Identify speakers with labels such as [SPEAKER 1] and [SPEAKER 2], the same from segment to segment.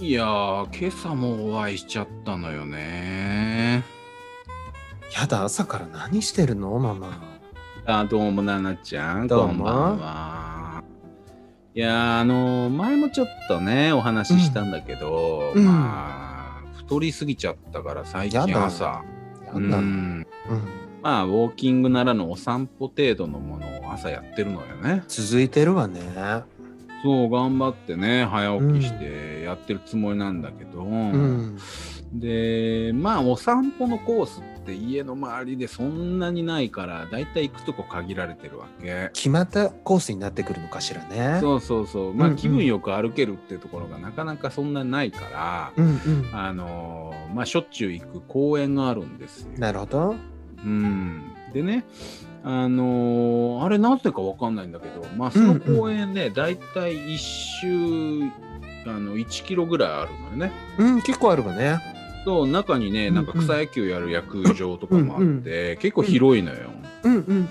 [SPEAKER 1] いやー、今朝もお会いしちゃったのよね。
[SPEAKER 2] やだ、朝から何してるのママ。
[SPEAKER 1] あどうも、ななちゃん。
[SPEAKER 2] どうも
[SPEAKER 1] こんばんは。いやー、あのー前もちょっとね、お話ししたんだけど、
[SPEAKER 2] うん
[SPEAKER 1] まあ、太りすぎちゃったから、最近
[SPEAKER 2] やだ
[SPEAKER 1] 朝。
[SPEAKER 2] やだ。
[SPEAKER 1] う
[SPEAKER 2] うん。
[SPEAKER 1] ん。まあ、ウォーキングならぬお散歩程度のものを朝やってるのよね。
[SPEAKER 2] 続いてるわね。
[SPEAKER 1] そう、頑張ってね、早起きしてやってるつもりなんだけど、
[SPEAKER 2] うん。
[SPEAKER 1] でまあお散歩のコースって家の周りでそんなにないからだいたい行くとこ限られてるわけ
[SPEAKER 2] 決まったコースになってくるのかしらね。う。
[SPEAKER 1] そうそうそうまあ
[SPEAKER 2] うんうん
[SPEAKER 1] 気分よく歩けるってところがなかなかそんなないから、
[SPEAKER 2] んうん。
[SPEAKER 1] あのーまあしょっちゅう行く公園があるんですよ。
[SPEAKER 2] なるほど。
[SPEAKER 1] うん、でねあのーあれなぜかわかんないんだけど、まあ、その公園ね、だいたい1周あの1キロぐらいあるのよね。
[SPEAKER 2] うん、結構あるわね。
[SPEAKER 1] そう中にねなんか
[SPEAKER 2] うんうん
[SPEAKER 1] 草野球やる野球場とかもあって、
[SPEAKER 2] うんうん
[SPEAKER 1] 結構広いのよ。
[SPEAKER 2] うんうん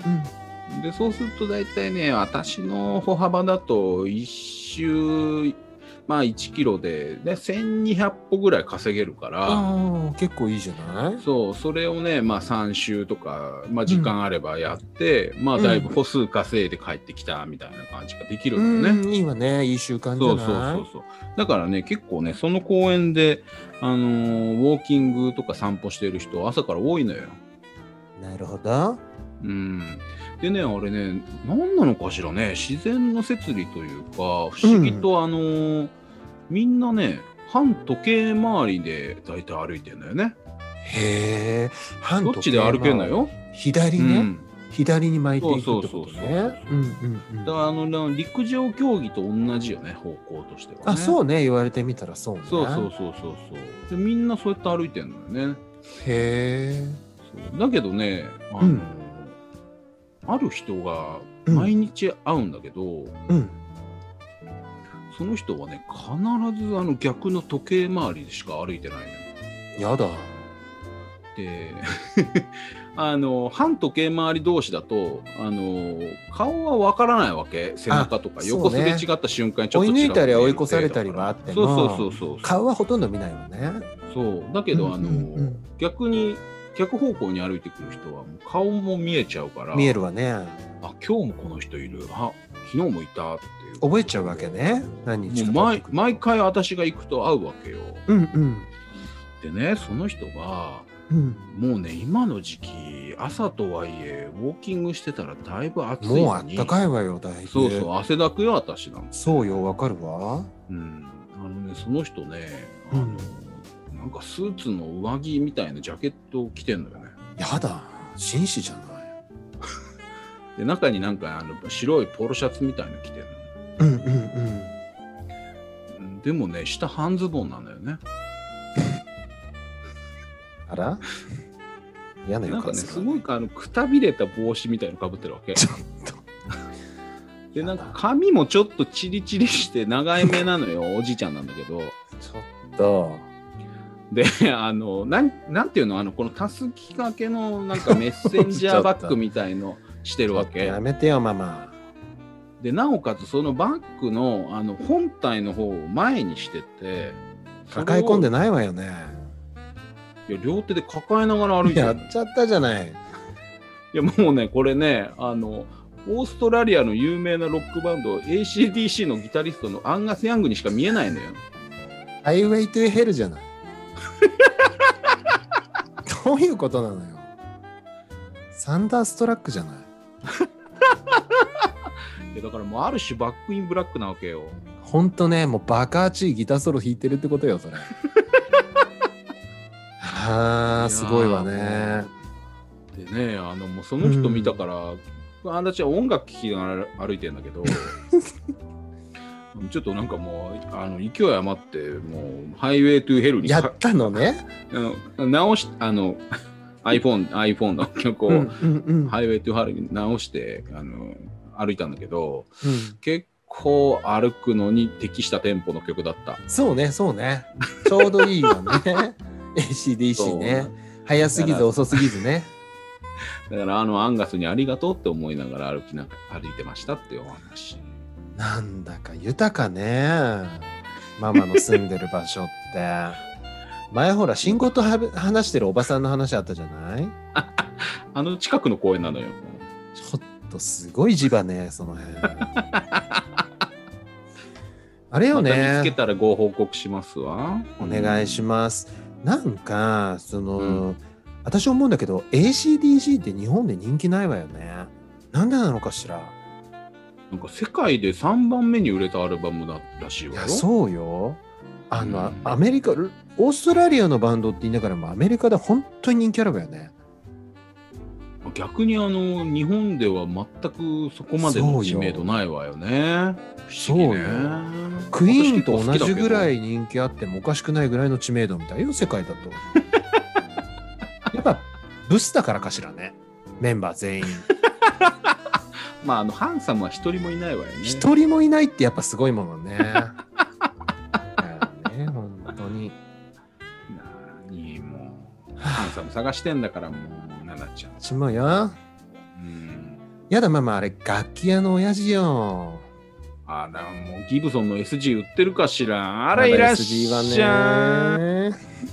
[SPEAKER 1] でそうすると大体ね私の歩幅だと1周まあ1キロで、ね、1200歩ぐらい稼げるから、
[SPEAKER 2] ああ、結構いいじゃない
[SPEAKER 1] そうそれをねまあ3周とか、まあ、時間あればやって、まあだいぶ歩数稼いで帰ってきたみたいな感じができるんだよね。
[SPEAKER 2] うん、いいわね。いい習慣じ
[SPEAKER 1] そ
[SPEAKER 2] ゃ
[SPEAKER 1] う
[SPEAKER 2] ない
[SPEAKER 1] そうそうそうだからね結構ねその公園で、あのーウォーキングとか散歩してる人朝から多いのよ。
[SPEAKER 2] なるほど。
[SPEAKER 1] うん、でねあれね何なのかしらね自然の摂理というか不思議と、あのーみんなね反時計回りで大体歩いてんだよね。
[SPEAKER 2] へえ。反
[SPEAKER 1] どっ
[SPEAKER 2] 時
[SPEAKER 1] ち
[SPEAKER 2] 計
[SPEAKER 1] で歩けんのよ。
[SPEAKER 2] 左
[SPEAKER 1] う
[SPEAKER 2] ね、
[SPEAKER 1] ん、
[SPEAKER 2] 左に巻いていくって
[SPEAKER 1] そ
[SPEAKER 2] こ
[SPEAKER 1] うそう
[SPEAKER 2] と
[SPEAKER 1] そうそう
[SPEAKER 2] ね。うんう
[SPEAKER 1] だか
[SPEAKER 2] んうん。
[SPEAKER 1] らあのな陸上競技と同じよね方向としては、ね。
[SPEAKER 2] あ、そううね。言われてみたらそうね。
[SPEAKER 1] そうそうそうそうそう。でみんなそうやって歩いてんのよね。
[SPEAKER 2] へえ。
[SPEAKER 1] そうだけどねあのー、
[SPEAKER 2] うん
[SPEAKER 1] ある人が
[SPEAKER 2] うん
[SPEAKER 1] 毎日会うんだけど。
[SPEAKER 2] うん。
[SPEAKER 1] その人はね必ずあの逆の時計回りでしか歩いてないのよ。
[SPEAKER 2] やだ。
[SPEAKER 1] で あの反時計回り同士だとあの顔はわからないわけ背中とか
[SPEAKER 2] あ
[SPEAKER 1] 横すれ違
[SPEAKER 2] そう
[SPEAKER 1] った瞬間にちょっ
[SPEAKER 2] 追
[SPEAKER 1] と
[SPEAKER 2] い
[SPEAKER 1] 違う
[SPEAKER 2] 抜いたり
[SPEAKER 1] 見え
[SPEAKER 2] 追い
[SPEAKER 1] る
[SPEAKER 2] 越されたりはあって
[SPEAKER 1] そう
[SPEAKER 2] も
[SPEAKER 1] そうそうそう
[SPEAKER 2] 顔はほとんど見ないわね。
[SPEAKER 1] そうだけど、
[SPEAKER 2] うんうんう
[SPEAKER 1] あの
[SPEAKER 2] ん
[SPEAKER 1] 逆に逆方向に歩いてくる人はもう顔も見えちゃうから
[SPEAKER 2] 見えるわね。
[SPEAKER 1] あ今日もこの人いるあ昨日もいたっていう
[SPEAKER 2] 覚えちゃうわけね。何日か
[SPEAKER 1] もう
[SPEAKER 2] 経って
[SPEAKER 1] 毎
[SPEAKER 2] くると
[SPEAKER 1] 毎。回私が行くと会うわけよ
[SPEAKER 2] うんうん
[SPEAKER 1] でねその人が
[SPEAKER 2] うん。
[SPEAKER 1] もうね今の時期朝とはいえウォーキングしてたらだいぶ暑いのに
[SPEAKER 2] もうあったかいわよだいぶ。
[SPEAKER 1] そうそう汗だくよ私なんです
[SPEAKER 2] そうよわかるわ。
[SPEAKER 1] うんあのねその人ねあ
[SPEAKER 2] う
[SPEAKER 1] の、
[SPEAKER 2] ん
[SPEAKER 1] なんかスーツの上着みたいなジャケットを着てんのよね
[SPEAKER 2] やだ。紳士じゃない。
[SPEAKER 1] で中になんかあの白いポロシャツみたいなの着てるの
[SPEAKER 2] うんうんうん。
[SPEAKER 1] うんでもね下半ズボンなんだよね
[SPEAKER 2] あら。嫌な
[SPEAKER 1] な
[SPEAKER 2] 予
[SPEAKER 1] んか
[SPEAKER 2] 感
[SPEAKER 1] ね
[SPEAKER 2] する。
[SPEAKER 1] すごいあのくたびれた帽子みたいのかぶってるわけ
[SPEAKER 2] ちょっと。
[SPEAKER 1] でなんか髪もちょっとチリチリして長い目なのよ おじいちゃんなんだけど
[SPEAKER 2] ちょっと。
[SPEAKER 1] で、あの、なん、なんていうの、あの、このたすき掛けの、なんかメッセンジャーバッグみたいのしてるわけ
[SPEAKER 2] や。めてよママ。
[SPEAKER 1] で、なおかつ、そのバッグの、あの、本体の方を前にしてて。
[SPEAKER 2] 抱え込んで
[SPEAKER 1] な
[SPEAKER 2] ないわよね。
[SPEAKER 1] いや、両手で抱えながら歩いて
[SPEAKER 2] や
[SPEAKER 1] る。
[SPEAKER 2] っちゃったじゃない。
[SPEAKER 1] いや、もうね、これね、あの。オーストラリアの有名なロックバンド ACDC のギタリストのアンガス・ヤングにしか見えないのよ。
[SPEAKER 2] ハイウェイトゥヘルじゃ ない。どういうことなのよ。サンダーストラックじゃない。
[SPEAKER 1] いやだからもうある種バックインブラックなわけよ。
[SPEAKER 2] ほんとね、もうバカーチーギターソロ弾いてるってことよ、 それ。はあ、すごいわね。
[SPEAKER 1] でねあのもうその人見たから、あんたちは音楽聴きながら歩いてんだけど ちょっとなんかもうあの勢い余ってもうハイウェイトゥヘルに
[SPEAKER 2] や
[SPEAKER 1] か
[SPEAKER 2] ったのね。
[SPEAKER 1] あの直しあの iPhone, iPhone の曲を、
[SPEAKER 2] うんうんうん。
[SPEAKER 1] ハイウェイトゥヘルに直してあの歩いたんだけど
[SPEAKER 2] うん
[SPEAKER 1] 結構歩くのに適したテンポの曲だった。
[SPEAKER 2] そうね、そうね。ちょうどいい わね。
[SPEAKER 1] そう
[SPEAKER 2] ACDC ね。早すぎず遅すぎずね。
[SPEAKER 1] だからあのアンガスにありがとうって思いながら歩きな歩いてましたっていうお話。
[SPEAKER 2] なんだか豊かね。ママの住んでる場所って。前ほら、信号とはぶ話してるおばさんの話あったじゃない
[SPEAKER 1] あの近くの公園なのよ。
[SPEAKER 2] ちょっとすごい地場ね、その辺。あれよ
[SPEAKER 1] また見つけ
[SPEAKER 2] ね、
[SPEAKER 1] たらご報告しますわ。
[SPEAKER 2] お願いします。なんか、その、
[SPEAKER 1] うん
[SPEAKER 2] 私思うんだけど、ACDC って日本で人気ないわよね。なんでなのかしら。
[SPEAKER 1] なんか世界で3番目に売れたアルバムだらしい
[SPEAKER 2] い
[SPEAKER 1] わよ。
[SPEAKER 2] や、そうよ。あの、
[SPEAKER 1] うん
[SPEAKER 2] アメリカ、ルオーストラリアのバンドって言いながらも、アメリカで本当に人気あるわよね。
[SPEAKER 1] 逆にあの日本では全くそこまでの知名度ないわよね。不思議ね
[SPEAKER 2] そうよ。クイーンと同じぐら
[SPEAKER 1] い。
[SPEAKER 2] い人気あってもおかしくないぐらいの知名度みたいよ世 界だとやっぱブスだからかしらねメンバ ー全員
[SPEAKER 1] まああのハンサムは一人もいないわよね。
[SPEAKER 2] 一人もいないってやっぱすごいものね だよね本当に
[SPEAKER 1] 何もうハンサム探してんだからもうななちゃん。
[SPEAKER 2] しまうよ
[SPEAKER 1] うん。
[SPEAKER 2] やだママあれ楽器屋の親父よ
[SPEAKER 1] あらもうギブソンの SG 売ってるかしら。あらいらっしゃい。
[SPEAKER 2] まだ SG はね